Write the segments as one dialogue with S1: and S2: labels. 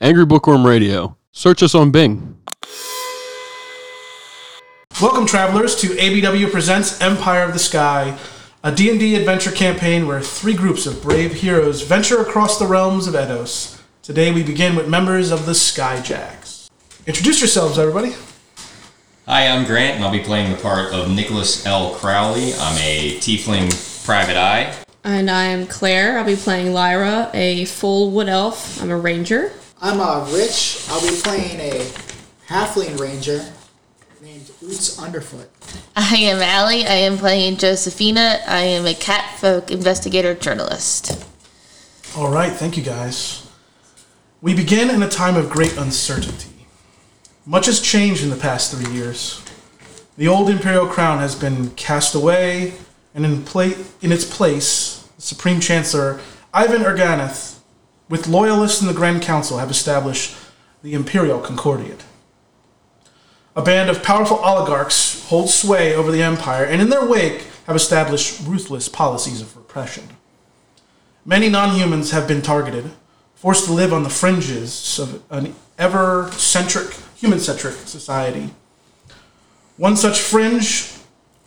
S1: Angry Bookworm Radio. Search us on Bing.
S2: Welcome, travelers, to ABW Presents Empire of the Sky, a D&D adventure campaign where three groups of brave heroes venture across the realms of Edos. Today we begin with members of the Skyjacks. Introduce yourselves, everybody.
S3: Hi, I'm Grant, and I'll be playing the part of Nicholas L. Crowley. I'm a tiefling private eye.
S4: And I'm Claire. I'll be playing Lyra, a full wood elf. I'm a ranger.
S5: I'm uh, Rich. I'll be playing a halfling ranger named Oots Underfoot.
S6: I am Allie. I am playing Josephina. I am a catfolk investigator journalist.
S2: All right, thank you guys. We begin in a time of great uncertainty. Much has changed in the past three years. The old imperial crown has been cast away, and in, pla- in its place, the Supreme Chancellor Ivan Erganeth, with loyalists in the Grand Council, have established the Imperial Concordiate. A band of powerful oligarchs hold sway over the empire, and in their wake, have established ruthless policies of repression. Many non humans have been targeted, forced to live on the fringes of an ever centric, human centric society. One such fringe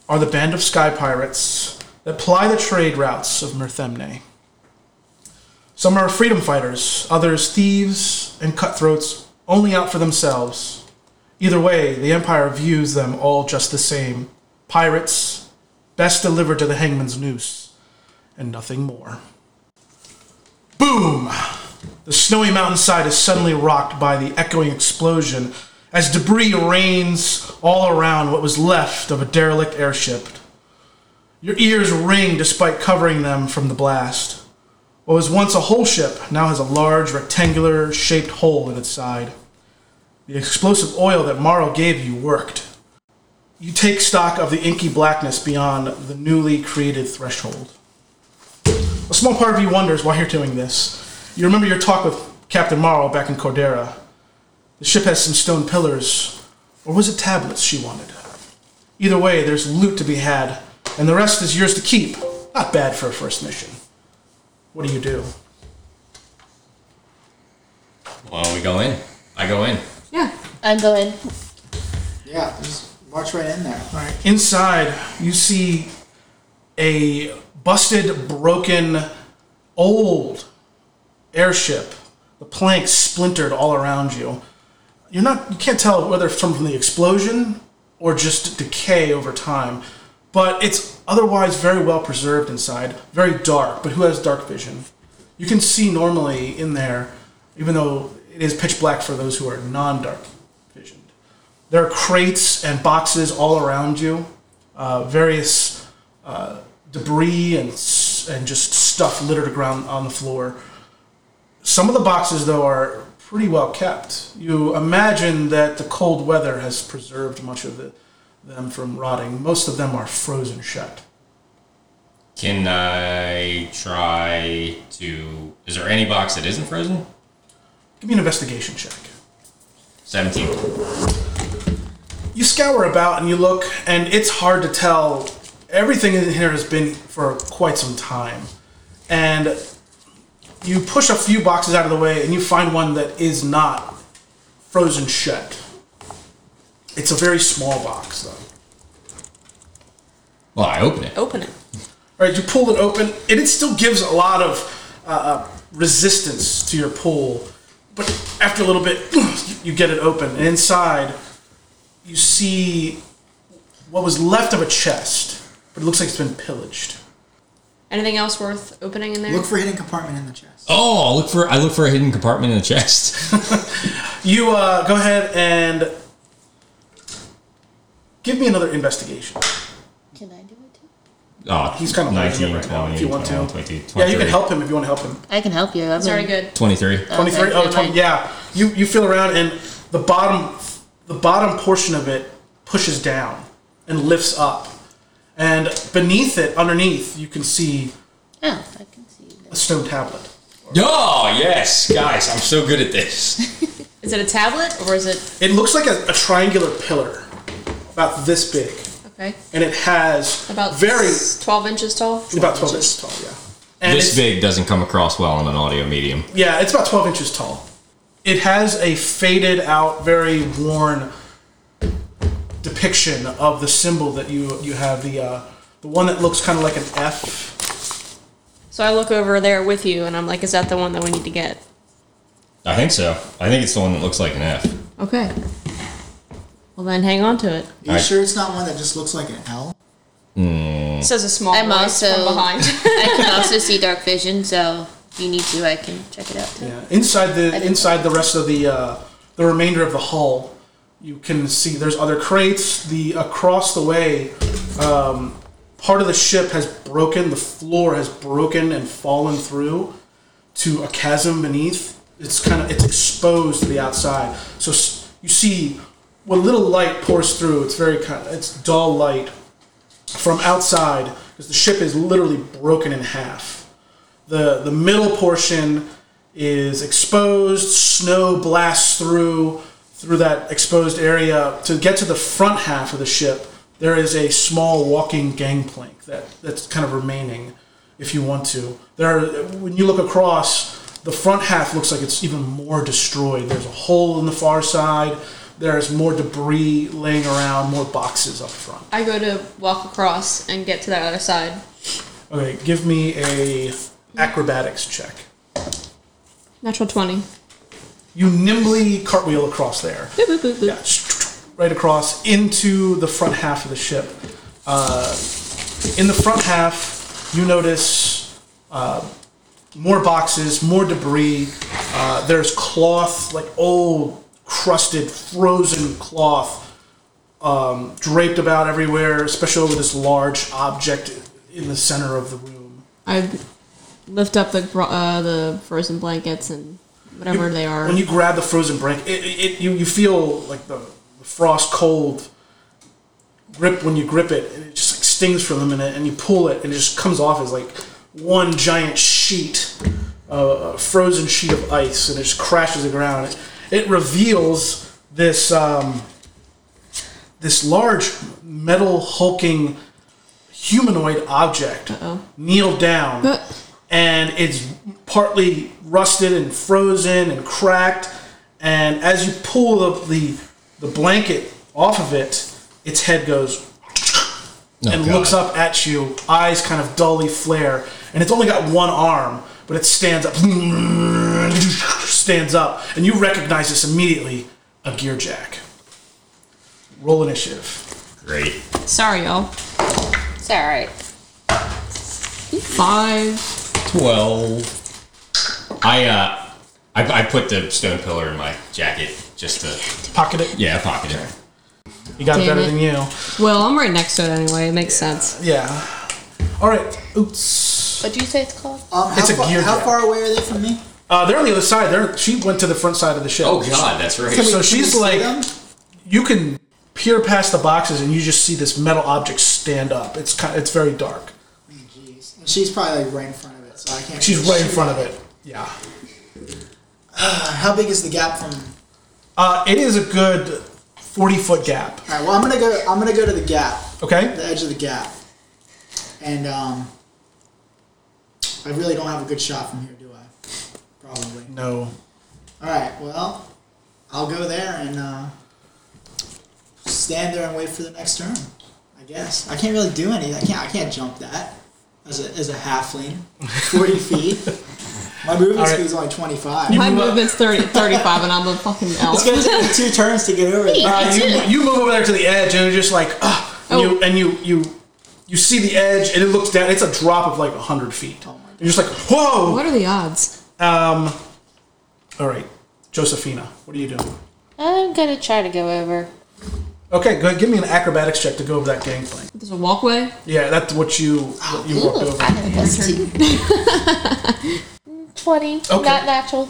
S2: are the band of sky pirates that ply the trade routes of Mirthemne. Some are freedom fighters, others thieves and cutthroats only out for themselves. Either way, the Empire views them all just the same pirates, best delivered to the hangman's noose, and nothing more. Boom! The snowy mountainside is suddenly rocked by the echoing explosion as debris rains all around what was left of a derelict airship. Your ears ring despite covering them from the blast. What was once a whole ship now has a large rectangular shaped hole in its side. The explosive oil that Morrow gave you worked. You take stock of the inky blackness beyond the newly created threshold. A small part of you wonders why you're doing this. You remember your talk with Captain Morrow back in Cordera. The ship has some stone pillars, or was it tablets she wanted? Either way, there's loot to be had, and the rest is yours to keep. Not bad for a first mission. What do you do?
S3: Well, we go in. I go in.
S4: Yeah.
S6: I'm going.
S5: Yeah, just march right in there.
S2: All right, inside you see a busted, broken, old airship. The planks splintered all around you. You're not. You can't tell whether it's from the explosion or just decay over time. But it's otherwise very well preserved inside. Very dark. But who has dark vision? You can see normally in there, even though it is pitch black for those who are non-dark visioned. There are crates and boxes all around you, uh, various uh, debris and s- and just stuff littered around on the floor. Some of the boxes, though, are pretty well kept. You imagine that the cold weather has preserved much of the, them from rotting. Most of them are frozen shut.
S3: Can I try to. Is there any box that isn't frozen?
S2: Give me an investigation check.
S3: 17.
S2: you scour about and you look, and it's hard to tell. Everything in here has been for quite some time. And you push a few boxes out of the way, and you find one that is not frozen shut. It's a very small box, though.
S3: Well, I open it.
S2: Oh.
S4: Open it.
S2: All right, you pull it open, and it still gives a lot of uh, uh, resistance to your pull. But after a little bit, you get it open, and inside, you see what was left of a chest, but it looks like it's been pillaged.
S4: Anything else worth opening in there?
S5: Look for hidden compartment in the chest.
S3: Oh, I'll look for I look for a hidden compartment in the chest.
S2: You uh, go ahead and give me another investigation.
S6: Can I do it too?
S3: Oh,
S2: He's kind of holding it right now. If you want to, yeah, you can help him if you want to help him.
S6: I can help you. I'm
S4: it's already good.
S3: 23.
S2: 23
S6: Okay,
S2: oh
S6: never
S2: 20
S6: mind.
S2: yeah you you feel around and the bottom the bottom portion of it pushes down and lifts up and beneath it underneath you can see
S6: Oh, I can see.
S2: a stone tablet
S3: Oh, yes, guys, I'm so good at this.
S4: Is it a tablet or is it
S2: it looks like a, a triangular pillar about this big
S4: okay?
S2: and it has
S4: About
S2: very
S4: s- twelve inches tall.
S2: about 12 inches tall yeah and
S3: this
S2: it's,
S3: big doesn't come across well on an audio medium.
S2: yeah it's about 12 inches tall it has a faded out, very worn depiction of the symbol that you you have the uh, the one that looks kind of like an F.
S4: So I look over there with you, and I'm like, "Is that the one that we need to get?"
S3: I think so. I think it's the one that looks like an F.
S4: Okay. Well, then hang on to it.
S5: you
S3: I-
S5: sure it's not one that just looks like an L?
S4: It says a small
S6: I'm
S4: voice
S6: also-
S4: from behind.
S6: I can also see dark vision, so if you need to, I can check it out. Too.
S2: Yeah. Inside the inside the rest of the uh, the remainder of the hull, you can see there's other crates. The across the way, um, part of the ship has broken. The floor has broken and fallen through to a chasm beneath. It's kind of it's exposed to the outside. So s- you see what little light pours through. It's very kind. It's dull light from outside because the ship is literally broken in half. The the middle portion is exposed. Snow blasts through through that exposed area to get to the front half of the ship. There is a small walking gangplank that, that's kind of remaining, if you want to. There, are, when you look across, the front half looks like it's even more destroyed. There's a hole in the far side. There's more debris laying around, more boxes up front.
S4: I go to walk across and get to that other side.
S2: Okay, give me a acrobatics check.
S4: Natural twenty.
S2: You nimbly cartwheel across there.
S4: Boop boop boop boop.
S2: Yeah, right across into the front half of the ship. Uh, in the front half, you notice uh, more boxes, more debris. Uh, there's cloth, like old, crusted, frozen cloth um, draped about everywhere, especially over this large object in the center of the room.
S4: I lift up the gro- uh, the frozen blankets and whatever they are.
S2: When you grab the frozen blanket, it, it, it, you, you feel like the, the frost cold grip when you grip it, and it just like stings for a minute, and you pull it, and it just comes off as like one giant sheet, uh, a frozen sheet of ice, and it just crashes to the ground. It, it reveals this um, this large metal hulking humanoid object
S4: Uh-oh.
S2: kneel down
S4: Uh.
S2: and it's partly rusted and frozen and cracked. And as you pull up the the blanket off of it, its head goes and
S3: God.
S2: looks up at you, eyes kind of dully flare, and it's only got one arm, but it stands up, stands up, and you recognize this immediately. A gear jack. Roll initiative.
S3: Great.
S4: Sorry, y'all.
S6: It's all right.
S4: Five.
S3: Twelve. I uh, I, I put the stone pillar in my jacket just to
S2: Pocket it.
S3: yeah pocket it.
S2: You got it
S4: Damn
S2: better
S4: it.
S2: than you.
S4: Well, I'm right next to it anyway. It makes sense.
S2: Yeah. All right. Oops.
S6: What do you say it's called?
S5: Um, how
S2: It's a
S5: far,
S2: gear
S5: How
S2: jack.
S5: far away are they from me?
S2: Uh, they're on the other side. They're, she went to the front side of the ship.
S3: Oh God, that's
S5: Can we-
S3: right.
S2: So
S5: can
S2: she's
S5: we see
S2: like-
S5: them?
S2: You can peer past the boxes and you just see this metal object stand up. It's kind it's very dark.
S5: Jeez. And she's probably like right in front of it, so I can't.
S2: She's
S5: really
S2: right in
S5: shoot.
S2: front of it. Yeah.
S5: Uh, how big is the gap from? All
S2: Uh, it is a good 40 foot gap.
S5: right. Well, I'm gonna go. I'm gonna go to the gap,
S2: Okay?
S5: the edge of the gap, and um, I really don't have a good shot from here, do I? Probably.
S2: No.
S5: All right. Well, I'll go there and uh, stand there and wait for the next turn. I guess I can't really do anything. I can't. I can't jump that as a as a halfling, forty feet. My movement
S2: All right.
S5: speed is only twenty five.
S4: My
S2: move up.
S4: movement's 30, 35, and I'm a fucking
S5: It's
S4: elf.
S5: gonna take me two turns to get over there.
S2: Uh, you, you move over there to the edge and you're just like, ah, and,
S5: Oh.
S2: you, and you, you, you see the edge and it looks down. It's a drop of like 100 feet.
S5: Oh my
S2: You're just like, whoa!
S4: What are the odds?
S2: All right, Josephina, what are you doing?
S6: I'm gonna try to go over.
S2: Okay, go ahead, give me an acrobatics check to go over that gangplank.
S4: There's a walkway.
S2: Yeah, that's what you what you walked
S6: Ooh,
S2: over.
S6: I have a plus two. Twenty.
S2: Okay.
S6: Not natural.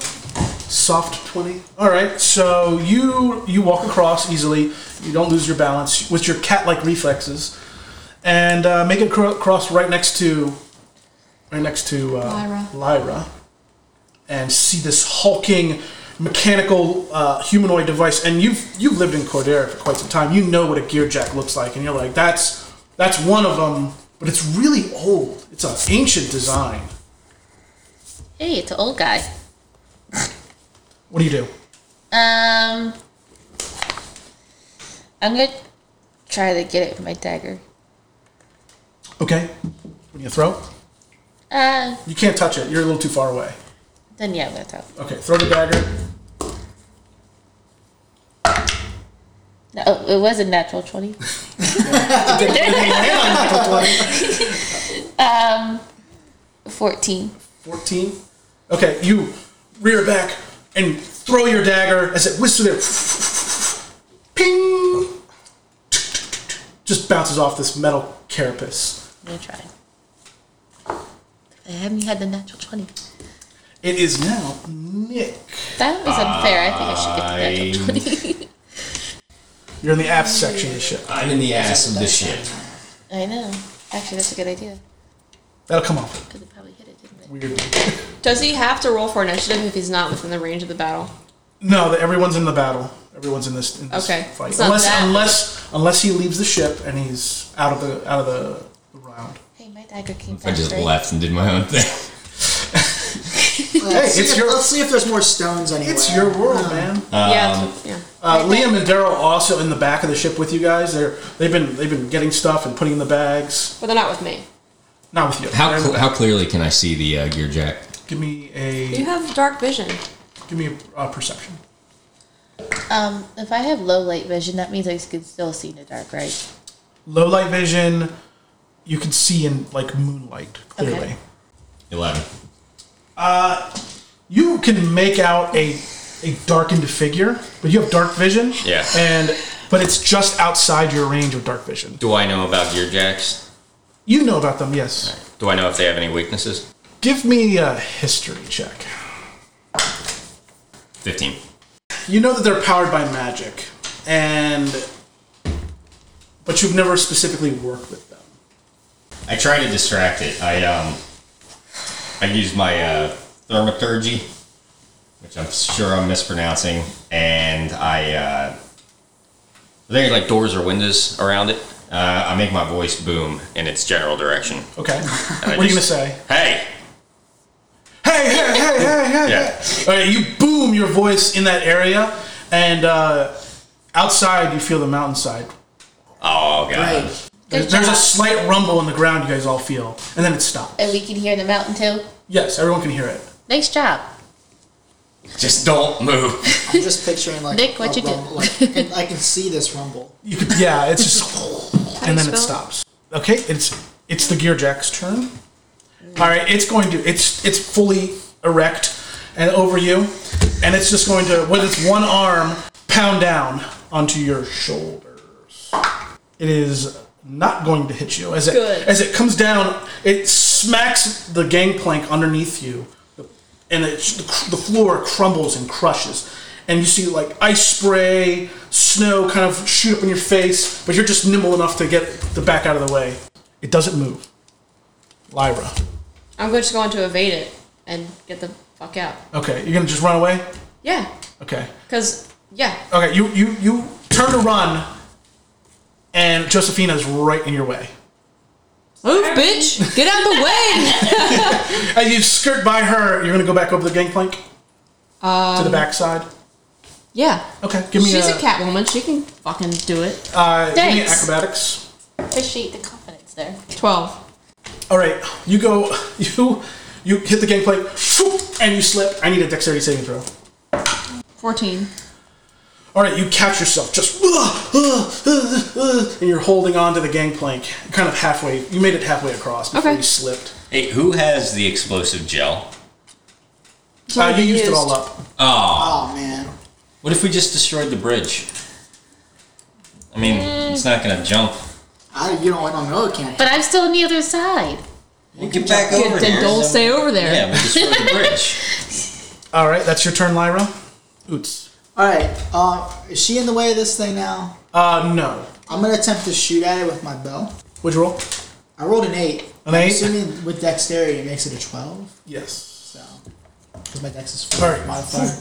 S2: soft 20 all right so you you walk across easily you don't lose your balance with your cat-like reflexes and uh, make it cro- cross right next to right next to uh,
S4: Lyra.
S2: lyra and see this hulking mechanical uh, humanoid device and you've you've lived in cordera for quite some time you know what a gear jack looks like and you're like that's that's one of them but it's really old it's an ancient design
S6: Hey, it's an old guy.
S2: what do you do
S6: Um, I'm gonna try to get it with my dagger.
S2: Okay. When you throw,
S6: Uh,
S2: you can't touch it. You're a little too far away.
S6: then yeah, I'm gonna throw.
S2: Okay, throw the dagger.
S6: No, oh, it was a natural twenty. Um, Fourteen.
S2: 14. Okay, you rear back and throw your dagger as it whizzes through there. Ping! Just bounces off this metal carapace.
S6: I'm gonna try. I haven't had the natural twenty.
S2: It is now Nick.
S6: That was unfair. I think I should get the natural twenty.
S2: You're in the app section of the ship.
S3: I'm in the ass of this shit.
S6: I know. Actually, that's a good idea
S2: That'll come off.
S6: because it probably hit it, didn't it?
S2: Weird.
S4: Does he have to roll for initiative if he's not within the range of the battle?
S2: No, the, everyone's in the battle. Everyone's in this, in this
S4: Okay,
S2: fight.
S4: it's not
S2: Unless,
S4: that-
S2: unless, unless he leaves the ship and he's out of the out of the, the round.
S6: Hey, my dagger came
S3: I
S6: back.
S3: just
S6: right?
S3: left and did my own thing.
S5: Let's, see
S2: it's
S5: if,
S2: your-
S5: let's see if there's more stones anywhere. Uh,
S2: It's your world, man.
S4: yeah, that's- yeah.
S2: Uh, Liam and Daryl also in the back of the ship with you guys. They're they've been they've been getting stuff and putting in the bags.
S4: But they're not with me.
S2: Not with you. They're
S3: How
S2: in the
S3: cl-
S2: back.
S3: how clearly can I see the uh, gear jack?
S2: Give me
S4: You
S2: a
S4: have dark vision.
S2: give me a uh, perception.
S6: Um, if I have low light vision, that means I can still see in the dark, right?
S2: Low light vision. You can see in like moonlight clearly.
S6: Okay.
S3: Eleven.
S2: You can make out a a darkened figure, but you have dark vision.
S3: Yeah.
S2: And but it's just outside your range of dark vision.
S3: Do I know about gear jacks?
S2: You know about them, yes.
S3: Do I know if they have any weaknesses?
S2: Give me a history check.
S3: Fifteen.
S2: You know that they're powered by magic, and but you've never specifically worked with them.
S3: I try to distract it. I um, I use my uh, thermaturgy, which I'm sure I'm mispronouncing, and I uh, I think it's like doors or windows around it. Uh, I make my voice boom in its general direction.
S2: Okay.
S3: And I
S2: what are you gonna
S3: just-
S2: say?
S3: Hey,
S2: Hey, hey, hey, hey, hey!
S3: Yeah.
S2: hey. All right, you boom your voice in that area, and uh, outside you feel the mountainside.
S3: oh god,
S5: Right.
S6: Good
S2: There's a
S6: job.
S2: slight rumble on the ground. You guys all feel, and then it stops.
S6: And we can hear the mountain too.
S2: Yes, everyone can hear it.
S6: Nice job.
S3: just don't move.
S5: I'm just picturing like
S6: Nick, what
S5: a
S6: you do?
S5: rumble, Like, and I can see this rumble.
S2: You could, yeah, it's just, and then it
S4: spell it?
S2: stops. Okay, it's it's the Gear Jack's turn. All right, it's going to it's it's fully erect and over you, and it's just going to with its one arm pound down onto your shoulders. It is not going to hit you as it
S4: Good.
S2: as it comes down. It smacks the gangplank underneath you, and it, the, cr- the floor crumbles and crushes. And you see like ice spray, snow kind of shoot up in your face, but you're just nimble enough to get the back out of the way. It doesn't move. Lyra.
S4: I'm just going to evade it and get the fuck out.
S2: Okay, you're gonna just run away.
S4: Yeah,
S2: Okay.
S4: because yeah,
S2: Okay, you you you turn to run, and Josephina's right in your way.
S4: move, bitch, get out the way.
S2: As you skirt by her, you're gonna go back over the gangplank to the backside.
S4: Yeah,
S2: Okay, give me
S4: she's
S2: a,
S4: a catwoman. She can fucking do it.
S2: uh, give me
S6: Thanks.
S2: acrobatics.
S6: Appreciate the confidence there.
S4: Twelve.
S2: All right, you go. You you hit the gangplank, shoop, and you slip. I need a dexterity saving throw.
S4: 14.
S2: All right, you catch yourself just, "Ugh, ugh, ugh, ugh," and you're holding on to the gangplank, kind of halfway. You made it halfway across before
S4: Okay.
S2: you slipped.
S3: Hey, who has the explosive gel?
S2: Uh, you
S4: already
S2: used it
S4: used.
S2: all up.
S3: Oh,
S5: Oh man.
S3: what if we just destroyed the bridge? I mean, it's not gonna jump.
S5: I, you don't, I don't know it can't.
S6: But I'm still on the other side.
S3: We'll get back
S4: Get the don't stay over there.
S3: Yeah, we destroyed the bridge.
S2: All right, that's your turn, Lyra. Oots.
S5: Alright, uh, is she in the way of this thing now?
S2: Uh, no.
S5: I'm gonna attempt to shoot at it with my bow.
S2: Would you roll?
S5: I rolled an 8.
S2: An
S5: I'm
S2: eight?
S5: assuming with dexterity it makes it a 12.
S2: Yes.
S5: So. Because my dex is 4.
S2: All right.
S5: Modifier.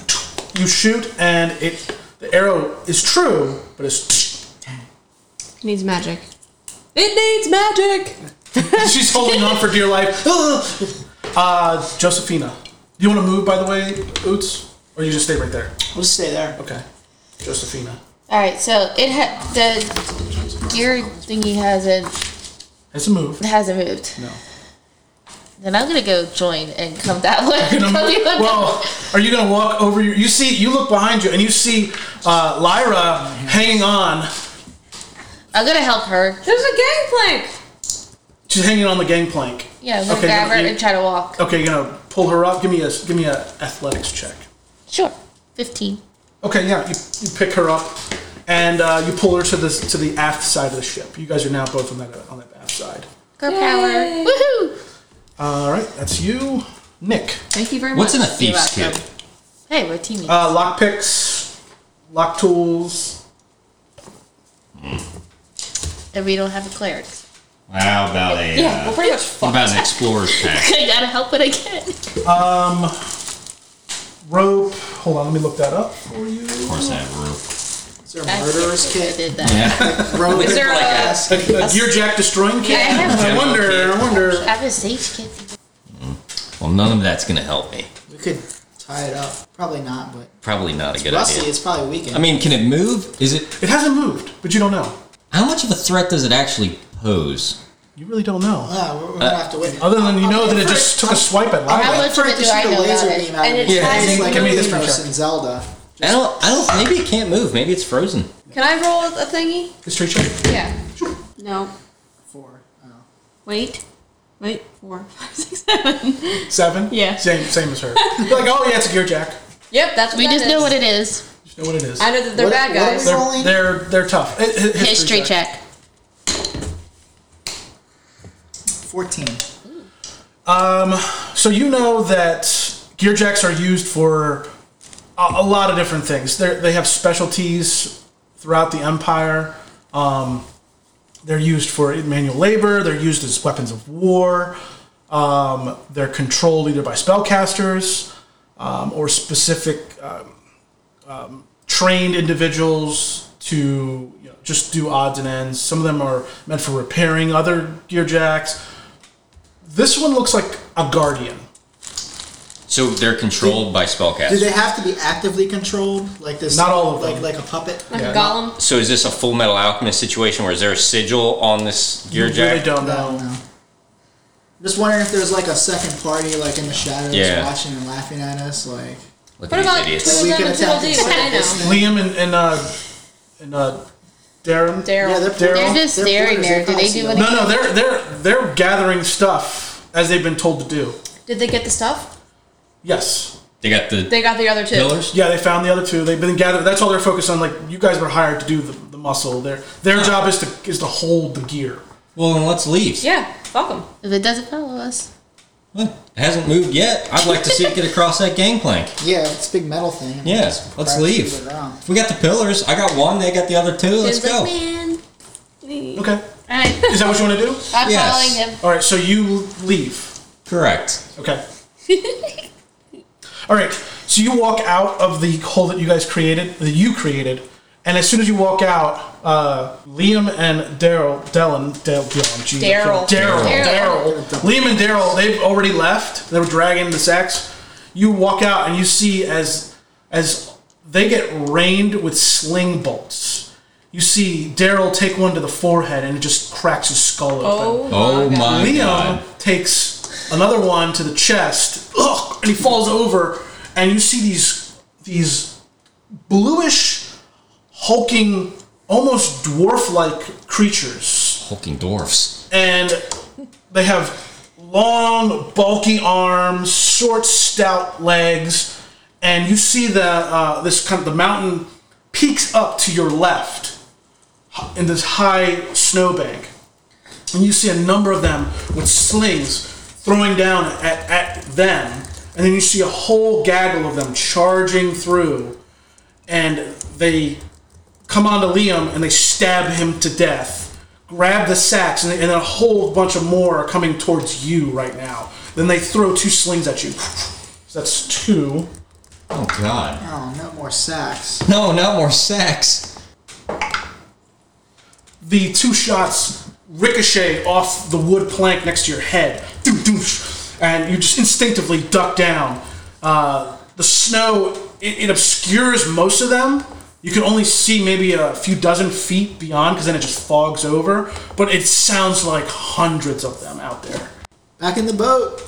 S2: You shoot, and it the arrow is true, but it's
S4: Needs magic. It needs magic.
S2: she's holding on for dear life. Ugh. Uh, Josephina, do you want to move? By the way, Oots, or Or you just stay right there.
S5: We'll just stay there.
S2: Okay. Josephina.
S6: All right, so it ha- the gear thingy hasn't
S2: It's a move.
S6: hasn't moved.
S2: No.
S6: Then I'm gonna go join and come that way.
S2: gonna
S6: Come
S2: move-
S6: the other-
S2: well, are you gonna walk over your? You see, you look behind you, and you see uh, Lyra hanging on.
S6: I'm gonna help her.
S4: There's a gangplank.
S2: She's hanging on the gangplank.
S6: Yeah, I'm gonna
S2: Okay,
S6: grab her
S2: you-
S6: and try to walk.
S2: Okay, you're gonna pull her up. Give me a give me a athletics check.
S6: Sure. Fifteen.
S2: Okay, yeah, you, you pick her up, and uh, you pull her to the to the aft side of the ship. You guys are now both on that uh, on that aft side.
S6: Girl power. Woohoo!
S2: All right, that's you, Nick.
S4: Thank you very
S3: What's in
S4: much.
S3: a thief's
S4: You're
S3: kit?
S4: welcome.
S6: Hey, we're teammates.
S2: Uh, lock picks, lock tools.
S6: and we don't have a cleric.
S3: How about a
S4: Yeah, we're
S3: uh,
S4: pretty much
S3: how
S4: fucked.
S3: about an explorer's pack?
S6: I gotta help what I can.
S2: Rope. Hold on, let me look that up.
S3: Of course, that roof.
S5: Is there a murderer's
S6: I
S5: kit?
S6: did that.
S3: Yeah,
S5: Rogue
S6: Is there a-
S5: class?
S2: A Uh, gear jack destroying kit.
S6: Yeah, I have
S2: I
S3: one.
S2: wonder. I wonder.
S6: I have a safe kit.
S3: well, none of that's gonna help me.
S5: We could tie it up. Probably not, but
S3: Probably not a good
S5: Rusty,
S3: idea.
S5: it's probably weekend.
S3: I mean, can it move? Is it?
S2: It hasn't moved, but you don't know.
S3: How much of a threat does it actually pose?
S2: You really don't know.
S5: yeah, Ah, we're, we're gonna have to wait.
S2: Other than you know that it
S5: for-
S2: just took a swipe at
S6: How
S2: Lyra.
S6: much of it do I know about it? And it
S5: yeah,
S6: hasn't
S5: like
S2: Give me a history
S5: Lumos
S2: check.
S5: in Zelda.
S3: I don't. I don't. Maybe it can't move. Maybe it's frozen.
S4: Can I roll a thingy?
S2: History check.
S4: Yeah. No.
S5: Four. Oh.
S4: Wait. Wait. Four, five, six, seven.
S2: Seven.
S4: Yeah.
S2: Same. Same as her. You're like, oh yeah, it's a gear jack.
S4: Yep, that's what
S6: We
S4: that
S6: just
S4: is.
S6: know what it is.
S2: Just know what it is.
S4: I know that they're
S5: What-
S4: bad
S5: what are
S4: guys.
S5: we Rolling?
S2: They're they're they're tough. Hi- hi-
S6: History check.
S5: Fourteen.
S2: So you know that gear jacks are used for a, a lot of different things. They're, they have specialties throughout the empire. Um, they're used for manual labor. They're used as weapons of war. Um, they're controlled either by spellcasters um, or specific um, um, trained individuals to you know, just do odds and ends. Some of them are meant for repairing other gear jacks. This one looks like a guardian.
S3: So they're controlled by
S5: Do
S3: spellcasters.
S5: they have to be actively controlled? Like this?
S2: Not all of
S5: like,
S2: them.
S5: Like a puppet?
S4: Like
S2: Yeah.
S4: a golem.
S3: So is this a Full Metal Alchemist situation where is there a sigil on this gear
S2: You really
S3: jack?
S2: don't
S5: No,
S2: know.
S5: no. Just wondering if there's like a second party, like in the shadows,
S3: Yeah.
S5: watching and laughing at us. Like,
S3: Look
S4: What
S3: at
S4: about
S3: these
S4: Twiddle
S3: idiots.
S5: We
S4: Dum
S5: can
S4: and Twiddle
S5: attack
S4: Dee?
S5: this
S4: What do they
S5: thing.
S4: know?
S2: Liam and and uh and uh Darren.
S4: Daryl.
S5: yeah, they're,
S2: Daryl?
S6: They're just
S5: they're
S6: staring
S5: porters, they
S6: there. Do
S5: probably
S6: they do
S5: see
S6: what
S5: us.
S2: No, no, they're they're they're gathering stuff as they've been told to do.
S4: Did they get the stuff?
S2: Yes.
S3: They got the
S4: They got the other two.
S3: pillars.
S2: Yeah, they found the other two. They've been gathered. That's all they're focused on. Like you guys were hired to do the, the muscle. Their their job is to is to hold the gear.
S3: Well, then let's leave.
S4: Yeah. Fuck them.
S6: If it doesn't follow us,
S3: Well, It hasn't moved yet. I'd like to see it get across that gangplank.
S5: Yeah, it's a big metal thing. and
S3: Yeah,
S5: just
S3: let's
S5: crash
S3: leave.
S5: through the ground.
S3: If we got the pillars, I got one. They got the other two. Let's
S6: Tim's like,
S3: go.
S6: man.
S2: Okay.
S6: All right,
S2: Is that what you want to do?
S6: I'm
S3: Yes.
S6: following him.
S2: All right. So you leave.
S3: Correct.
S2: Okay. All right. So you walk out of the hole that you guys created, that you created, and as soon as you walk out, uh, Liam and Daryl, Dylan, Dale, Dylan, Jesus,
S4: Daryl.
S2: Daryl,
S6: Daryl.
S2: Daryl, Liam and Daryl, they've already left. They were dragging the sacks. You walk out and you see as as they get rained with sling bolts. You see Daryl take one to the forehead and it just cracks his skull open.
S4: Oh,
S3: Oh
S4: my God.
S3: my god.
S2: Liam takes another one to the chest, ugh, and he falls over, and you see these these bluish, hulking, almost dwarf-like creatures,
S3: Hulking dwarfs.
S2: and they have long, bulky arms, short, stout legs, and you see the uh, this kind of the mountain peaks up to your left in this high snowbank and you see a number of them with slings throwing down at, at them and then you see a whole gaggle of them charging through and they come onto liam and they stab him to death grab the sacks and, and a whole bunch of more are coming towards you right now then they throw two slings at you so that's two
S3: Oh god.
S5: Oh, no more sacks.
S3: No, not more sex.
S2: the two shots ricochet off the wood plank next to your head, Doo, doosh. and you just instinctively duck down. Uh, the snow it, it obscures most of them. You can only see maybe a few dozen feet beyond because then it just fogs over. But it sounds like hundreds of them out there.
S5: Back in the boat.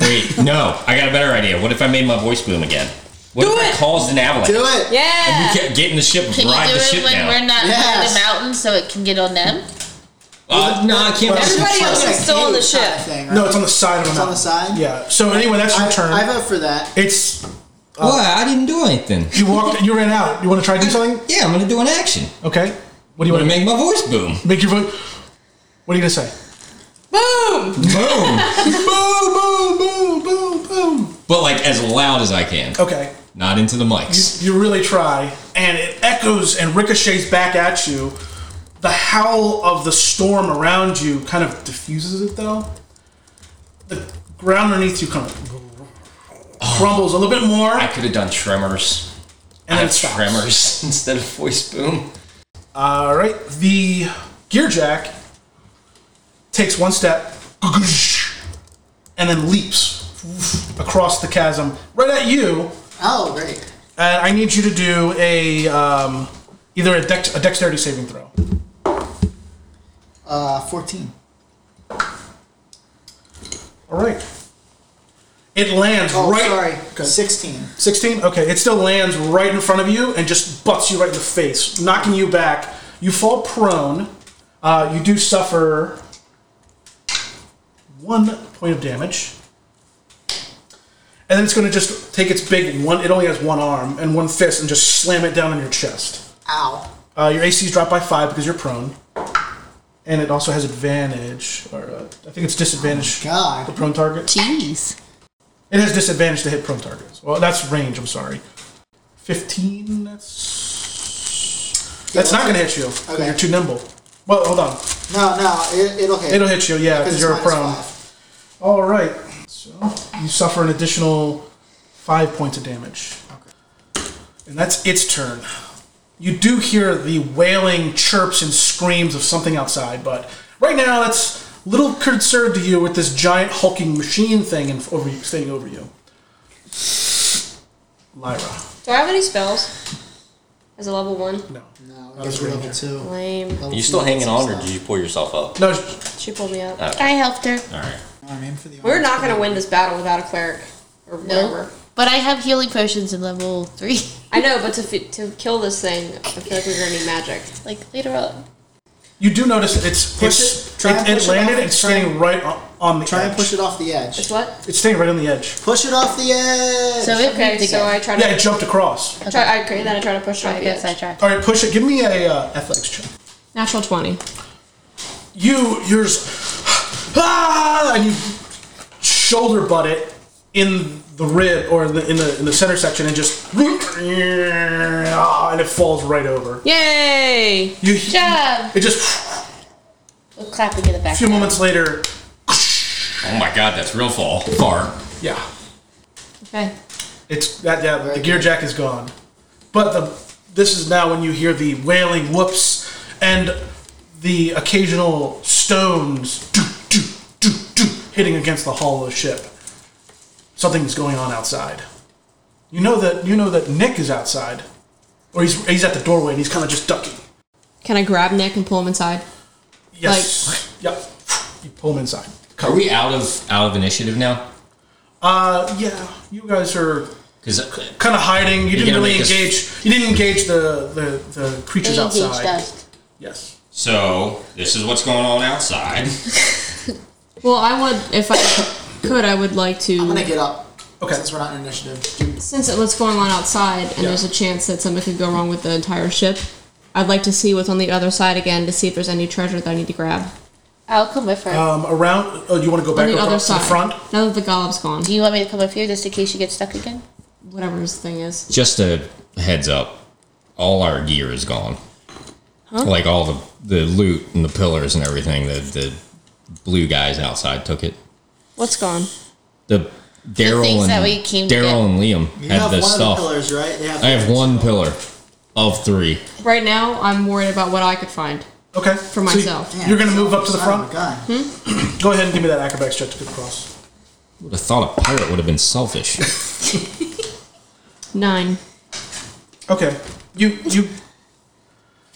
S3: Wait, no. I got a better idea. What if I made my voice boom again? What
S4: Do
S3: if
S4: it!
S3: I caused an avalanche?
S5: Do it.
S4: Yeah.
S3: We can't get in the ship.
S6: Can
S3: ride
S6: you
S3: the
S6: do
S3: ship
S6: it when
S3: now.
S6: we're not
S5: Yes.
S6: on the mountain so it can get on them?
S3: Uh, no, I can't.
S5: Well,
S7: Everybody
S5: it's
S7: else
S5: like
S7: is
S5: a
S7: still on the
S5: cave kinda
S7: ship.
S5: thing,
S2: No,
S5: right?
S2: it's on the side of a
S5: It's on
S2: mountain.
S5: the side?
S2: Yeah. So anyway, that's your turn.
S5: I, I vote for that.
S2: it's
S3: what? I didn't do anything.
S2: you walked. You ran out. You want to try to do something?
S3: Yeah, I'm gonna do an action.
S2: Okay. What do you want
S3: I'm gonna
S2: to make?
S3: make my voice boom.
S2: Make your vote. What are you gonna say?
S4: Boom.
S3: Boom.
S2: boom! Boom! Boom! Boom! Boom!
S3: but like as loud as I can.
S2: Okay.
S3: Not into the mics.
S2: You really try, and it echoes and ricochets back at you. The howl of the storm around you kind of diffuses it, though. The ground underneath you kind of crumbles a little bit more,
S3: I
S2: and
S3: could have done tremors. I
S2: then it
S3: have
S2: stops.
S3: tremors instead of voice boom.
S2: All right, the gear jack takes one step and then leaps across the chasm right at you.
S5: Oh, great.
S2: And I need you to do a um, either a, dex- a dexterity saving throw.
S5: Uh, 14.
S2: All right. It lands
S5: Oh,
S2: right.
S5: sorry.
S2: Okay.
S5: 16.
S2: 16? Okay, it still lands right in front of you and just butts you right in the face, knocking you back. You fall prone. Uh, you do suffer one point of damage. And then it's going to just take its big one, it only has one arm and one fist, and just slam it down on your chest.
S5: Ow.
S2: Uh, your AC's dropped by five because you're prone. And it also has advantage, or uh, I think it's disadvantage.
S5: Oh God.
S2: The prone target?
S6: Jeez.
S2: It has disadvantage to hit prone targets. Well, that's range. I'm sorry. Fifteen. That's that's not going to hit you.
S5: Okay.
S2: You're too nimble. Well, hold on.
S5: No, no, it, it'll hit.
S2: It'll hit you. Yeah, because
S5: it's
S2: you're a
S5: minus
S2: prone.
S5: five.
S2: All right. So you suffer an additional five points of damage. Okay. And that's its turn. You do hear the wailing chirps and screams of something outside, but right now that's little concerned to you with this giant hulking machine thing and over standing over you. Lyra.
S7: Do I have any spells? As a level one,
S2: No.
S5: No,
S2: Not
S5: it's
S2: a
S5: level
S2: ranger.
S5: two.
S7: lame.
S5: Level
S8: Are you
S5: two
S8: still
S5: levels
S8: hanging
S5: and
S8: on, or
S5: stuff.
S8: did you pull yourself up?
S2: No, sh-
S7: She pulled me up.
S6: I helped her.
S3: All right.
S5: I'm in for the
S7: We're not gonna win this battle without a cleric or whatever.
S6: But I have healing potions in level three.
S7: I know, but to fi- to kill this thing, I feel like we're gonna need magic.
S6: Like later on.
S2: you do notice that it's
S5: Push
S2: it's
S5: it. Try
S2: it,
S5: and
S2: it
S5: push it
S2: landed
S5: off.
S2: and
S5: Try and-
S2: standing right on, on the
S5: Try
S2: edge.
S5: and push it off the edge.
S7: It's what?
S2: It's standing right on the edge.
S5: Push it off the edge.
S6: So it
S7: Okay,
S6: moved
S7: so
S6: again.
S7: I try to.
S2: Yeah, it jumped across.
S7: I try, I create that. I try to push it off
S6: I
S7: the
S6: got
S7: edge.
S6: sidetracked.
S2: All right, push it. Give me a uh, athletics check.
S4: Natural twenty.
S2: you yours ah, and you shoulder butt it in the rib or in the in the, in the center section and just and it falls right over.
S4: Yay!
S2: You
S6: Job.
S2: it just
S6: We're clapping in the
S2: a
S6: back.
S2: few moments later,
S3: Oh my god, that's real fall. Far.
S2: yeah,
S4: Okay.
S2: it's that yeah the gear jack is gone. But the this is now when you hear the wailing whoops and the occasional stones doo, doo, doo, doo, hitting against the hull of the ship. Something's going on outside. You know that you know that Nick is outside, or he's he's at the doorway and he's kind of just ducking.
S4: Can I grab Nick and pull him inside?
S2: Yes. yep. You pull him inside.
S3: Are we out of out of initiative now?
S2: Uh, yeah. You guys are
S3: Because
S2: kind of hiding. You didn't
S3: gonna
S2: really
S3: make us-
S2: engage. You didn't engage the the, the
S6: They
S2: creatures
S6: engaged
S2: outside.
S6: us.
S2: Yes.
S3: so this is what's going on outside.
S4: Well, I would if I could. I would like
S5: I'm gonna
S4: to
S5: get up
S2: Okay.
S5: since we're not in initiative.
S4: since it was going on outside and
S2: Yeah.
S4: there's a chance that something could go wrong with the entire ship. I'd like to see what's on the other side again to see if there's any treasure that I need to grab.
S6: I'll come with her.
S2: Um, around. Oh, you want to go
S4: On
S2: back
S4: the other
S2: across to
S4: side.
S2: the front?
S4: Now that the gollop's gone,
S6: Do you want me to come with you just in case you get stuck again?
S4: whatever his thing is.
S3: Just a heads up. All our gear is gone. Like all the the loot and the pillars and everything. The the blue guys outside took it.
S4: What's gone?
S3: The Daryl
S6: things
S3: and
S6: that we came to
S3: Daryl and Liam
S5: You
S3: had
S5: have
S3: the
S5: one
S3: stuff.
S5: of the pillars, right? They
S3: I have one pillar of three.
S4: Right now, I'm worried about what I could find.
S2: Okay.
S4: For
S2: So
S4: myself.
S2: you- you're going to move up to the
S5: Oh my
S2: front. Hmm?
S5: god.
S2: Go ahead and give me that acrobatics check to get across.
S3: Would have thought a pirate would have been selfish.
S4: Nine.
S2: Okay. You you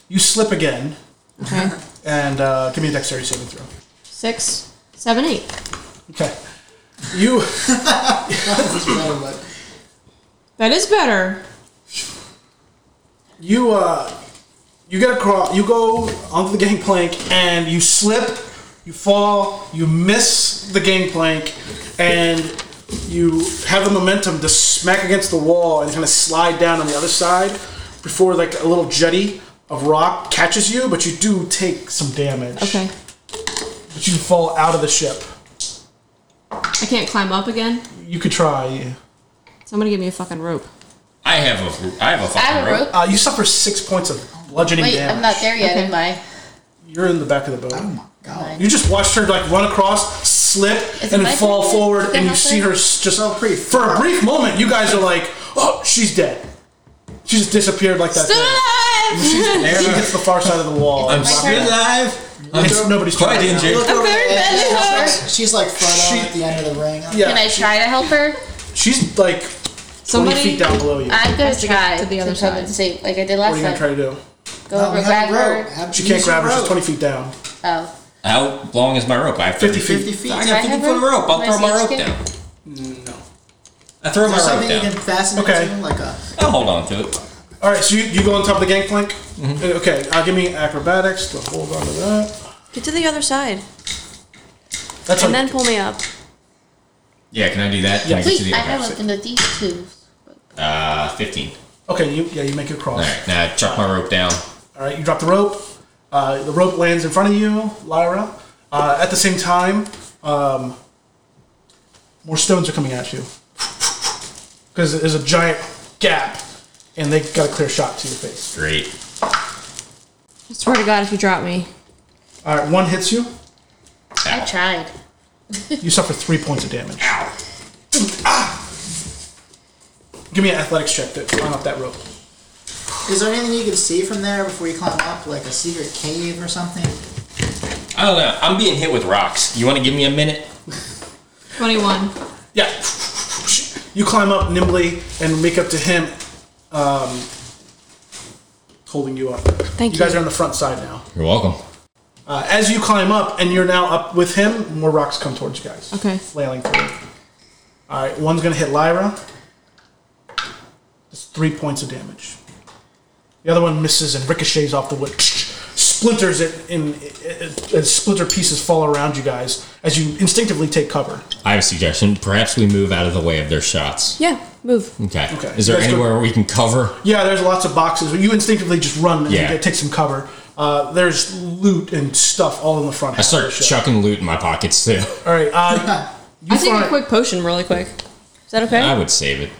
S2: you slip again
S4: Okay.
S2: and uh, give me a dexterity saving throw.
S4: Six, seven, eight.
S2: Okay. You
S5: That's better, but
S4: That is better.
S2: you uh you get across you go onto the gangplank and you slip, you fall, you miss the gangplank, and you have the momentum to smack against the wall and kind of slide down on the other side before like a little jetty of rock catches you, but you do take some damage.
S4: Okay.
S2: But you fall out of the ship.
S4: I can't climb up again.
S2: You could try.
S4: Somebody give me a fucking rope.
S3: I have a, I have a
S6: I
S3: fucking
S6: have a rope.
S2: Uh, you suffer six points of bludgeoning
S6: Wait,
S2: damage.
S6: I'm not there yet,
S4: Okay.
S6: am I?
S2: You're in the back of the boat.
S5: oh my god.
S2: You just watched her like run across, slip,
S6: Is it
S2: and
S6: my
S2: then fall
S6: turn? Is
S2: forward,
S6: that
S2: and you
S6: my
S2: see
S6: turn?
S2: her s- just
S5: Oh, pretty
S2: for a brief moment. You guys are like, "Oh, she's dead." She just disappeared like that.
S6: Still
S2: thing.
S6: alive!
S2: She hits the far side of the wall.
S3: I'm
S6: My
S3: s-
S6: turn.
S5: alive.
S2: It's nobody's
S3: quite
S2: turn.
S3: injured.
S5: Look over
S6: very
S5: the edge.
S6: badly hurt.
S5: She's- She's like Frodo
S2: She-
S5: at the end of the ring.
S2: Yeah.
S6: Can I try to help her?
S2: She's like twenty
S4: Somebody-
S2: feet down below you.
S6: I'm gonna
S4: to get
S6: try
S4: to
S6: to,
S4: the other
S6: come
S4: side.
S6: and save, like I did
S2: What are
S6: last
S2: you gonna
S6: time.
S2: try to do?
S6: Go
S5: No,
S6: over,
S5: have
S6: grab
S5: a rope.
S6: her.
S5: Have-
S2: She
S5: use
S2: can't
S5: a
S2: grab her. She's
S5: rope.
S2: twenty feet down.
S6: Oh,
S3: How long is my rope? I have
S2: 50
S3: 50
S2: feet.
S5: Fifty feet.
S6: Sorry.
S3: I
S5: yeah.
S3: got 50 foot of rope. I'll
S6: Can I
S3: throw my
S6: see
S3: rope
S6: it?
S3: down.
S2: No.
S3: I throw
S5: Is
S3: my
S5: there
S3: rope
S5: something you can
S3: down.
S5: fasten it
S2: Okay.
S5: to? Like a
S3: I'll hold on to it.
S2: All right, so you, you go on top of the gangplank. Uh, Okay, uh, give me acrobatics to hold on to that.
S7: Get to the other side
S2: That's
S7: and
S2: like,
S7: then pull me up.
S3: Yeah, can I do that? Can I get
S6: wait,
S3: to the
S6: I
S3: other
S6: have
S3: side?
S6: opened with these two.
S3: Uh, 15.
S2: okay. You yeah, you make your cross.
S3: All right, now I chuck my rope down.
S2: All right, you drop the rope. Uh, the rope lands in front of you, Lyra. Uh, at the same time, um, more stones are coming at you because there's a giant gap, and they got a clear shot to your face.
S3: Great.
S4: I swear to God, if you drop me.
S2: All right, one hits you.
S6: I tried.
S2: You suffer three points of damage.
S3: Ow.
S2: Give me an athletics check to climb up that rope.
S5: Is there anything you can see from there before you climb up, like a secret cave or something?
S3: I don't know. I'm being hit with rocks. You want to give me a minute?
S4: 21.
S2: Yeah, you climb up nimbly and make up to him, um, holding you up.
S4: Thank
S2: You guys
S4: you.
S2: are on the front side now.
S3: You're welcome.
S2: Uh, as you climb up and you're now up with him, more rocks come towards you guys.
S4: Okay.
S2: Flailing through. All right, one's going to hit Lyra. That's three points of damage. The other one misses and ricochets off the wood. Splinters it in, as splinter pieces fall around you guys as you instinctively take cover.
S3: I have a suggestion. Perhaps we move out of the way of their shots.
S4: Yeah, move.
S3: Okay.
S2: Okay.
S3: Is there
S2: Let's go-
S3: anywhere we can cover?
S2: Yeah, there's lots of boxes. You instinctively just run and
S3: Yeah.
S2: get, take some cover. Uh, there's loot and stuff all in the front.
S3: I start chucking loot in my pockets too.
S2: All right. Uh, you
S4: I take
S2: find-
S4: a quick potion really quick. Is that okay?
S3: I would save it.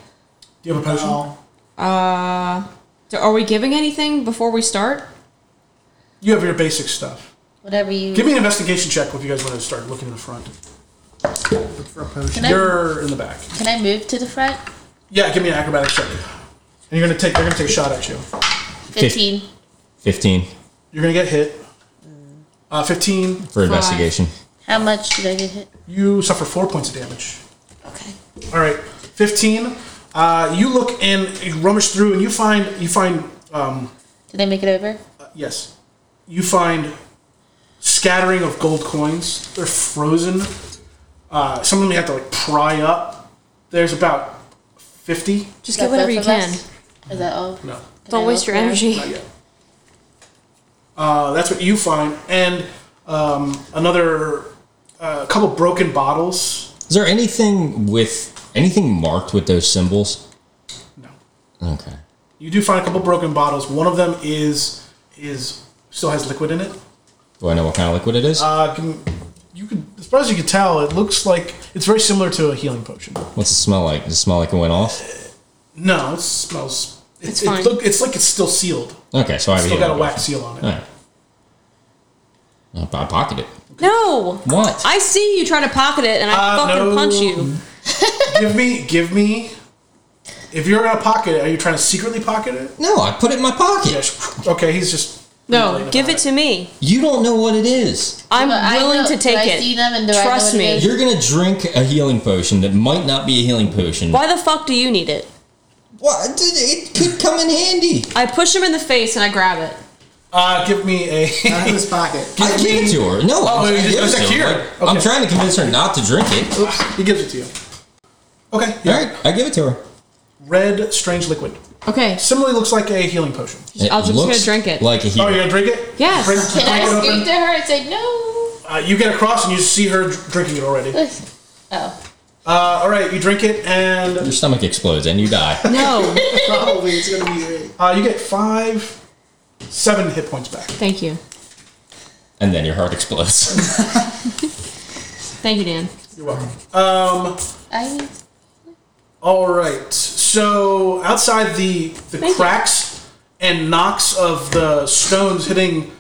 S2: Do you have a potion?
S5: No.
S4: Uh, so are we giving anything before we start?
S2: You have your basic stuff.
S6: Whatever you.
S2: Give me an investigation check if you guys want to start looking in the front.
S5: Look for a potion.
S6: Can I-
S2: You're in the back.
S6: Can I move to the front?
S2: Yeah, give me an acrobatics check. And you're gonna take they're gonna take a shot at you.
S6: 15.
S3: 15
S2: You're gonna get hit.
S6: Mm.
S2: Uh, 15.
S3: for investigation.
S6: How much did I get hit?
S2: You suffer four points of damage.
S6: Okay.
S2: All right. 15. Uh, you look and you rummage through and you find you find um,
S6: Did I make it over?
S2: yes, you find scattering of gold coins. They're frozen. Uh, some of them you have to like pry up. There's about 50.
S4: Just
S6: Is that
S4: get whatever you
S6: both of
S4: can.
S6: us? Is that all?
S2: No.
S7: Don't waste your energy.
S2: Uh, that's what you find, and um, another uh, couple broken bottles.
S3: Is there anything with anything marked with those symbols?
S2: No,
S3: Okay.
S2: you do find a couple broken bottles. One of them is is still has liquid in it.
S3: Do I know what kind of liquid it is?
S2: Uh, can, you can, as far as you can tell, it looks like it's very similar to a healing potion.
S3: What's it smell like? Does it smell like it went off?
S2: No, it smells. It's,
S4: It's
S2: it
S4: fine.
S2: look- it's like it's still sealed.
S3: Okay, so I have
S2: Still
S3: healing
S2: got a
S3: potion.
S2: wax seal on it.
S3: All right. I I pocket it.
S4: No!
S3: What?
S4: I see you trying to pocket it and I
S2: Uh,
S4: fucking
S2: no.
S4: punch you.
S2: give me, give me. If you're gonna pocket it, are you trying to secretly pocket it?
S3: No, I put it in my pocket.
S2: Yes. Okay, he's just.
S4: No,
S2: Complain
S4: give
S2: about
S4: it to me.
S3: You don't know what it is.
S4: I'm
S6: Well, I
S4: willing
S6: know-
S4: to
S6: do
S4: take
S6: I
S4: it.
S6: see them and do I know
S4: Trust
S6: what it
S4: me.
S6: is?
S3: You're gonna drink a healing potion that might not be a healing potion.
S4: Why the fuck do you need it?
S3: What? It could come in handy.
S9: I push him in the face and I grab it.
S2: Uh, give me a.
S5: Out of his pocket.
S3: I gave it to her. No,
S2: Oh,
S3: I'm,
S2: you
S3: trying to
S2: just-
S3: give
S2: it's
S3: it
S2: like
S3: to her.
S2: here.
S3: I'm
S2: Okay.
S3: trying to convince her not to drink it.
S2: Oops, he gives it to you. Okay, yeah.
S3: All right, I give it to her.
S2: Red strange liquid.
S4: Okay.
S2: Similarly looks like a healing potion.
S3: It
S4: I'm just gonna
S3: looks
S4: drink it.
S3: Like a
S2: Oh, you're
S3: hero.
S2: gonna drink it?
S4: Yes.
S2: Drink,
S6: Can
S2: drink
S6: I
S2: it up
S6: speak
S2: and-
S6: to her and say no?
S2: uh, you get across and you see her dr- drinking it already. Uh,
S6: Oh,
S2: all right, you drink it and
S3: Your stomach explodes and you die.
S4: No.
S5: Probably it's gonna be great.
S2: uh, you get five, seven hit points back.
S4: Thank you.
S3: and then your heart explodes.
S4: Thank you, Dan.
S2: You're welcome. Um,
S6: I need.
S2: all right. So outside the the cracks and knocks of the stones hitting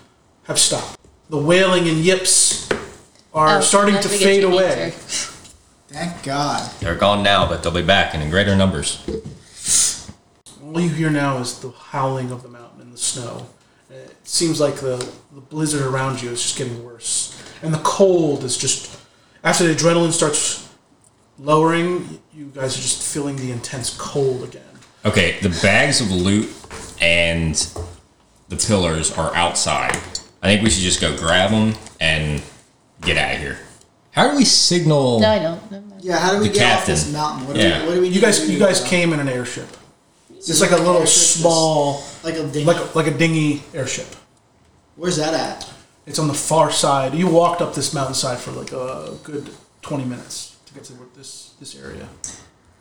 S2: have stopped. The wailing and yips are
S6: oh,
S2: starting
S6: let
S2: to
S6: me get
S2: fade
S6: you an
S2: away.
S6: answer.
S5: Thank God.
S3: They're gone now, but they'll be back and in greater numbers.
S2: All you hear now is the howling of the mountain in the snow. And It seems like the, the blizzard around you is just getting worse. And the cold is just. After the adrenaline starts lowering, you guys are just feeling the intense cold again.
S10: Okay, the bags of loot and the pillars are outside. I think we should just go grab them and get out of here.
S3: How do we signal?
S6: No, I don't. Never mind.
S5: Yeah, how do we
S10: The
S5: get
S10: captain.
S5: off this mountain? What do
S10: Yeah.
S5: we what do we
S2: You
S5: need
S2: guys,
S5: to do
S2: you guys
S5: to-
S2: came in an airship. It's like a little small,
S5: like a dinghy.
S2: like a, like a dinghy airship.
S5: Where's that at?
S2: It's on the far side. You walked up this mountainside for like a good twenty minutes to get to this this area.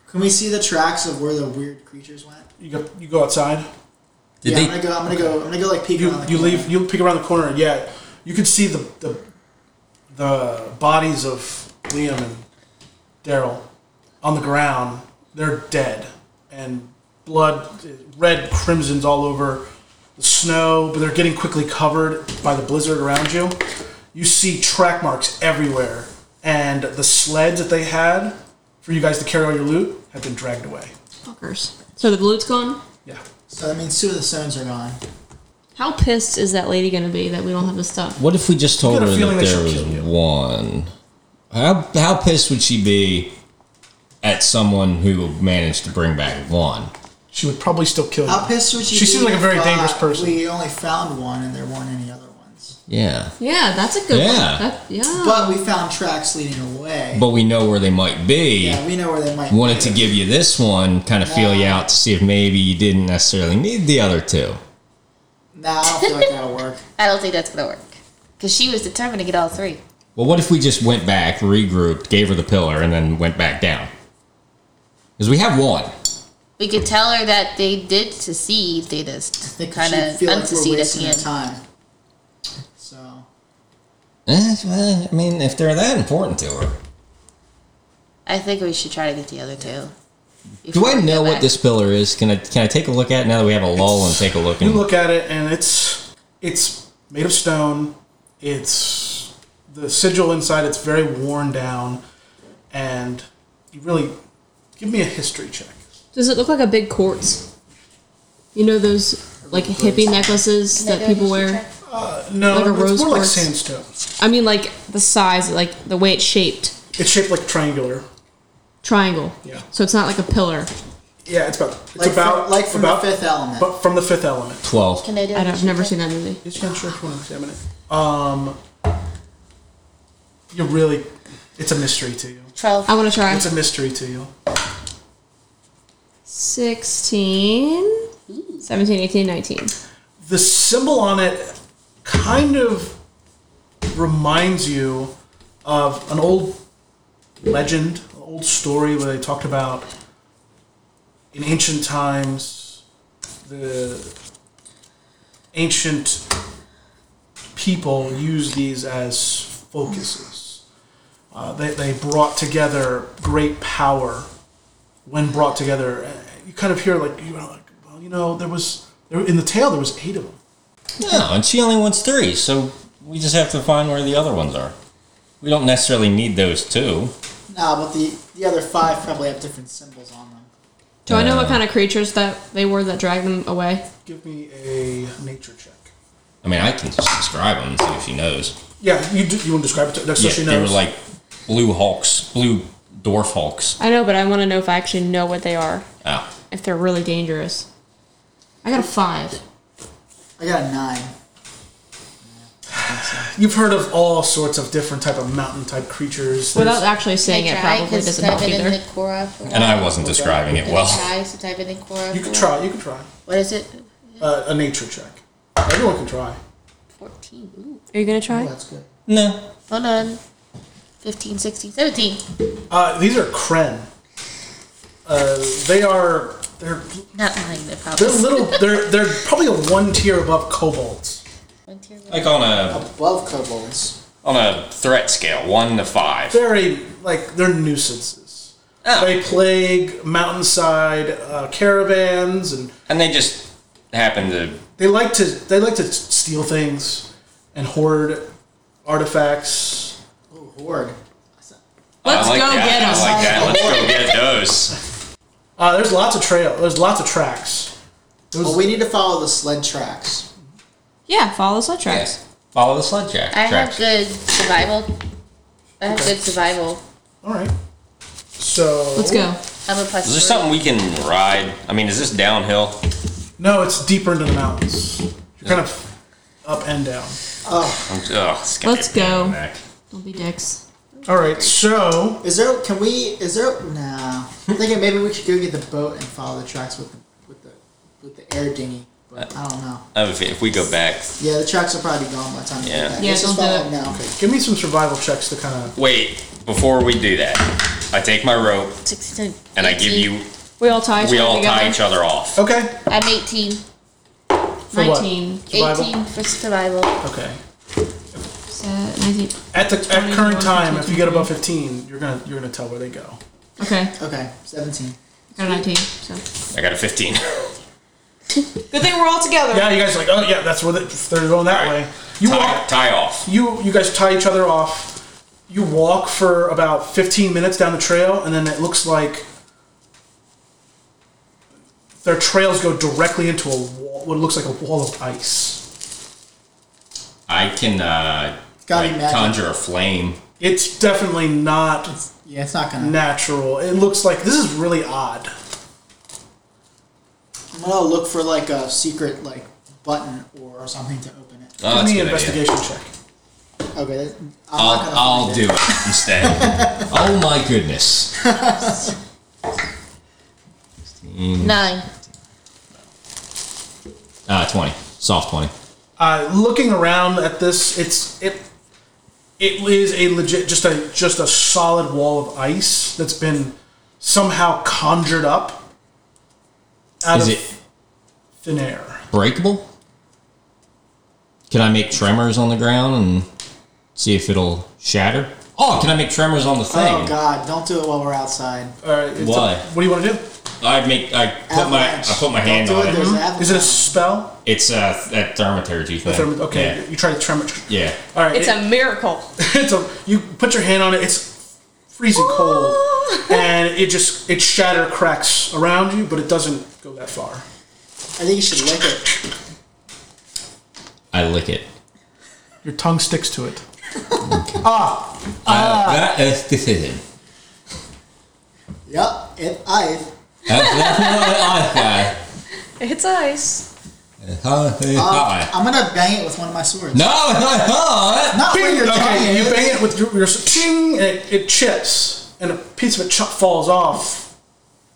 S5: Can we see the tracks of where the weird creatures went?
S2: You go, you go outside.
S3: Did
S5: yeah,
S3: they?
S5: I'm gonna go. I'm gonna go. I'm gonna go like peek
S2: You,
S5: around. the
S2: you
S5: corner.
S2: leave you peek around the corner and yeah you can see the the, the bodies of liam and daryl on the ground they're dead and blood red crimsons all over the snow but they're getting quickly covered by the blizzard around you you see track marks everywhere and the sleds that they had for you guys to carry all your loot have been dragged away
S4: Fuckers. So the loot's gone?
S2: yeah
S5: So that means two of the stones are gone.
S4: How pissed is that lady gonna be that we don't have the stuff?
S3: What if we just told
S2: got
S3: her
S2: a feeling
S3: that
S2: that
S3: there
S2: she'll
S3: was
S2: kill you.
S3: one? How how pissed would she be at someone who managed to bring back one?
S2: she would probably still kill you
S5: How pissed would you?
S2: She
S5: be
S2: seems like a
S5: if,
S2: very
S5: uh,
S2: dangerous person.
S5: We only found one, and there weren't any other ones.
S3: Yeah,
S4: Yeah, that's a good
S3: Yeah.
S4: one. That, yeah.
S5: But we found tracks leading away.
S3: but we know where they might be.
S5: yeah, we know where they might.
S3: Wanted
S5: be.
S3: to give you this one, kind of feel you out to see if maybe you didn't necessarily need the other two.
S5: Nah, I don't feel like that'll work.
S6: I don't think that's gonna work. Cause she was determined to get all three.
S3: Well, what if we just went back, regrouped, gave her the pillar, and then went back down? Because we have one.
S6: We could tell her that they did secede. They just
S5: They
S6: kind of
S5: feel like we're
S6: unsucceed at
S5: wasting
S6: the
S5: their
S6: end.
S5: time. So
S3: Eh, well, I mean, if they're that important to her,
S6: I think we should try to get the other two.
S3: do I
S6: Before we
S3: know
S6: go
S3: what
S6: back.
S3: this pillar is? Can I can I take a look at it now that we have a lull and take a look?
S2: You
S3: And,
S2: look at it, and it's it's made of stone. It's the sigil inside. It's very worn down, and you really give me a history check.
S4: Does it look like a big quartz? You know those like hippie necklaces that people wear?
S2: No,
S4: Like a
S2: it's
S4: rose
S2: more like
S4: quartz?
S2: sandstone.
S4: I mean like the size, like the way it's shaped.
S2: It's shaped like triangular.
S4: Triangle.
S2: Yeah.
S4: So it's not like a pillar.
S2: Yeah, it's about it's
S5: like
S2: about
S5: from, like from
S2: about
S5: the fifth element.
S2: but from the fifth element.
S3: Twelve.
S6: Can I do
S4: I
S6: it?
S4: don't, I've never seen that movie.
S2: Just not sure if you want to examine it. Um, you really, it's a mystery to you.
S6: Twelve.
S4: I want to try.
S2: It's a mystery to you.
S4: 16, 17, 18, 19.
S2: the symbol on it kind of reminds you of an old legend, an old story where they talked about in ancient times the ancient people used these as focuses. Uh, they, they brought together great power when brought together. Uh, You kind of hear like you know, like well, you know, there was there, in the tale there was eight of them.
S3: No, and she only wants three, so we just have to find where the other ones are. We don't necessarily need those two.
S5: nah, but the the other five probably have different symbols on them.
S4: Do I know what kind of creatures that they were that dragged them away?
S2: Give me a nature check.
S3: I mean, I can just describe them and see if she knows.
S2: Yeah, you do, you want to describe it? To, that's
S3: Yeah,
S2: what she
S3: they were
S2: knows.
S3: like blue hulks, blue dwarf hulks.
S4: I know, but I want to know if I actually know what they are.
S3: Oh,
S4: if they're really dangerous. I got a five.
S5: I got a nine.
S2: You've heard of all sorts of different type of mountain type creatures.
S4: Without actually saying it, probably doesn't help
S6: type it in
S4: either.
S6: the Quora. for
S3: And I wasn't describing it
S6: Can I
S3: well.
S6: Try to type it in Quora.
S2: There's- you
S6: for
S2: could try. You could try
S6: What is it?
S2: uh, a nature check. Everyone can try.
S6: 14. Ooh.
S4: Are you gonna try?
S2: That's good.
S3: No.
S6: Hold on. 15, 16, 17.
S2: Uh, these are kren. Uh, they are they're
S6: Not mine, they're probably.
S2: they're little they're they're probably a one tier above kobolds.
S6: One tier lower.
S3: Like on a
S5: Above kobolds.
S3: on a threat scale, one to five.
S2: They're a like they're nuisances. They plague mountainside uh, caravans and
S3: And they just happen to
S2: they like to they like to steal things and hoard artifacts.
S5: Ooh, horde.
S4: Let's
S3: I like
S4: go
S3: that.
S4: get 'em.
S3: I like that. Let's go get those.
S2: Uh, there's lots of trail. There's lots of tracks. There's,
S5: Well, we need to follow the sled tracks.
S4: Yeah, follow the sled tracks.
S3: Yes. Follow the sled jack.
S6: I have
S3: tracks.
S6: good survival. I have good survival.
S2: all right. So
S4: Let's go.
S6: I'm a plus
S3: Is there
S6: three.
S3: something we can ride? I mean, is this downhill?
S2: No, it's deeper into the mountains. You're kind of up and down.
S3: I'm, ugh, it's gonna
S4: Let's
S3: be a pain
S4: go.
S3: in the neck.
S4: Don't be dicks.
S2: All right. So
S5: Is there? Can we? Is there? Nah. I'm thinking maybe we should go get the boat and follow the tracks with the with the with the air dinghy. But I don't know.
S3: Oh, If, if we go back,
S5: Yeah, the tracks will probably be gone by the time we
S3: Yeah.
S5: get back.
S4: Yeah,
S5: Let's just
S4: don't do
S5: follow
S4: it.
S5: now.
S2: give me some survival checks to kind of.
S3: wait. Before we do that, I take my rope
S6: 16,
S3: and I give
S6: 18.
S3: you.
S4: We all tie each
S3: We
S4: other
S3: all
S4: together.
S3: tie each other off.
S2: Okay.
S6: I'm 18.
S2: For what?
S4: 19.
S2: Survival?
S6: 18 for survival.
S3: Mm-hmm.
S2: Okay.
S4: So, 19.
S2: At the at
S4: 21,
S2: current time, if you get
S4: 22.
S2: above 15, you're gonna you're gonna tell where they go.
S4: Okay,
S5: Okay, seventeen.
S4: got a 19. So.
S3: I got a 15.
S4: Good thing we're all together.
S2: Yeah, you guys are like, oh yeah, that's where they, they're going that
S3: All right.
S2: way. You
S3: tie,
S2: walk,
S3: tie off.
S2: you you guys tie each other off. You walk for about 15 minutes down the trail, and then it looks like their trails go directly into a wall, what looks like a wall of ice.
S3: I can uh,
S5: Gotta
S3: like,
S5: be magic.
S3: conjure a flame.
S2: It's definitely not
S5: Yeah, it's not gonna.
S2: natural. It looks like this is really odd.
S5: I'm gonna look for like a secret like button or something to open it.
S2: Give
S3: Oh, that's a
S2: me
S3: good
S2: an
S3: idea.
S2: investigation check.
S5: Okay, that- I'm not
S3: Oh.
S5: gonna
S3: I'll, I'll
S5: find
S3: do it instead. oh my goodness. 16,
S6: Nine.
S3: uh, 20. Soft 20.
S2: Uh, looking around at this, it's it it is a legit just a just a solid wall of ice that's been somehow conjured up out
S3: Is
S2: of
S3: it
S2: thin air.
S3: breakable? Can I make tremors on the ground and see if it'll shatter? Oh, can I make tremors on the thing?
S5: Oh God! Don't do it while we're outside.
S2: All right, it's a-
S3: Why?
S2: what do you want to do?
S3: I make I put
S5: Avalanche.
S3: my I put my hand
S5: Do
S3: on it.
S5: it.
S3: Hmm?
S5: There's avalanche.
S2: Is it a spell?
S3: It's uh that thermaturgy thing.
S2: Therm- Okay, you try to tremor.
S3: Yeah. yeah.
S2: All right,
S4: It's
S2: it-
S4: a miracle.
S2: it's a you put your hand on it. It's freezing cold, and it just it shatter cracks around you, but it doesn't go that far.
S5: I think you should lick it.
S3: I lick it.
S2: Your tongue sticks to it.
S3: Ah. Uh, that's decision.
S5: Yep. It. I.
S3: That's not
S11: It's ice.
S3: what
S2: Uh,
S3: I
S5: uh, I'm gonna bang it with one of my swords.
S3: No, not hot.
S5: Not where
S2: Bing!
S5: you're
S2: Okay,
S5: okay,
S2: you bang it with your, your ching, and it, it chips, and a piece of it chop falls off.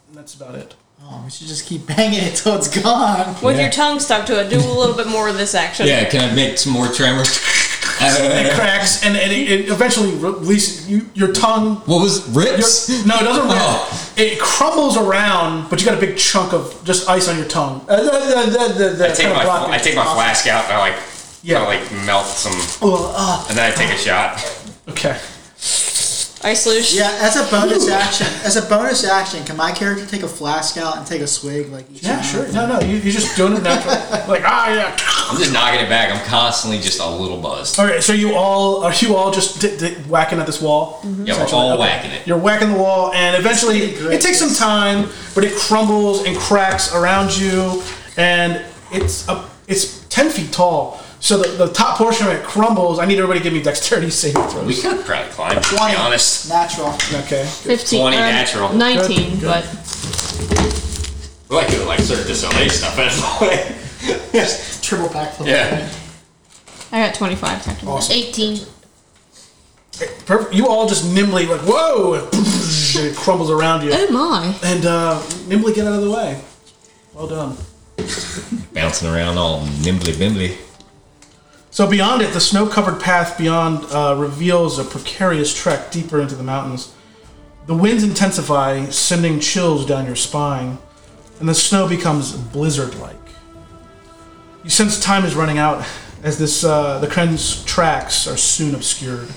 S2: And that's about it.
S5: Oh, we should just keep banging it till it's gone.
S11: With
S3: Yeah.
S11: your tongue stuck to it, do a little bit more of this action.
S3: Yeah, can I make some more tremors?
S2: It
S3: Uh,
S2: cracks, and, and it, it eventually releases you, your tongue.
S3: what was
S2: Your,
S3: rips?
S2: no, it doesn't.
S3: Oh.
S2: It crumbles around, but you got a big chunk of just ice on your tongue. Uh, the- the- the- the-
S3: I take
S2: kinda
S3: my
S2: block
S3: I
S2: it.
S3: take my flask out and I like
S2: Yeah.
S3: I like melt some
S2: Oh, ah,
S3: and then I take a shot.
S2: okay.
S11: Ice solution.
S5: Yeah, as a bonus action. As a bonus action, can my character take a flask out and take a swig like each
S2: Yeah,
S5: round?
S2: sure. No, no, you, you're just doing it naturally. like ah, yeah.
S3: I'm just knocking it back. I'm constantly just a little buzzed.
S2: All right, so you all are you all just d- d- whacking at this wall?
S3: Mm-hmm. Yeah, we're
S2: Essentially,
S3: all
S2: okay.
S3: whacking it.
S2: You're whacking the wall, and eventually
S5: Good
S2: it takes some time, but it crumbles and cracks around you, and it's a, it's ten feet tall. So the, the top portion of it crumbles. I need everybody to give me dexterity saving
S3: We
S2: throws.
S3: could probably climb. To be honest,
S5: Natural.
S4: um,
S2: Okay.
S4: 15.
S3: 20
S4: uh,
S3: natural.
S4: 19, but
S8: I like doing like Cirque du Soleil stuff. That's why.
S5: Triple backflip.
S8: yeah.
S4: I got 25 technically.
S2: Awesome.
S6: 18.
S2: Perfect. You all just nimbly, like, whoa! And it crumbles around you.
S4: Oh my.
S2: And uh, nimbly get out of the way. Well done.
S12: Bouncing around all nimbly bimbly.
S2: So beyond it, the snow-covered path beyond uh, reveals a precarious trek deeper into the mountains. The winds intensify, sending chills down your spine, and the snow becomes blizzard-like. You sense time is running out, as this uh, the Kren's tracks are soon obscured.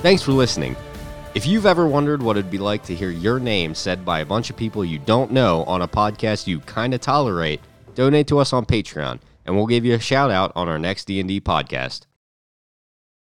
S3: Thanks for listening. If you've ever wondered what it'd be like to hear your name said by a bunch of people you don't know on a podcast you kind of tolerate, donate to us on Patreon and we'll give you a shout out on our next D&D podcast.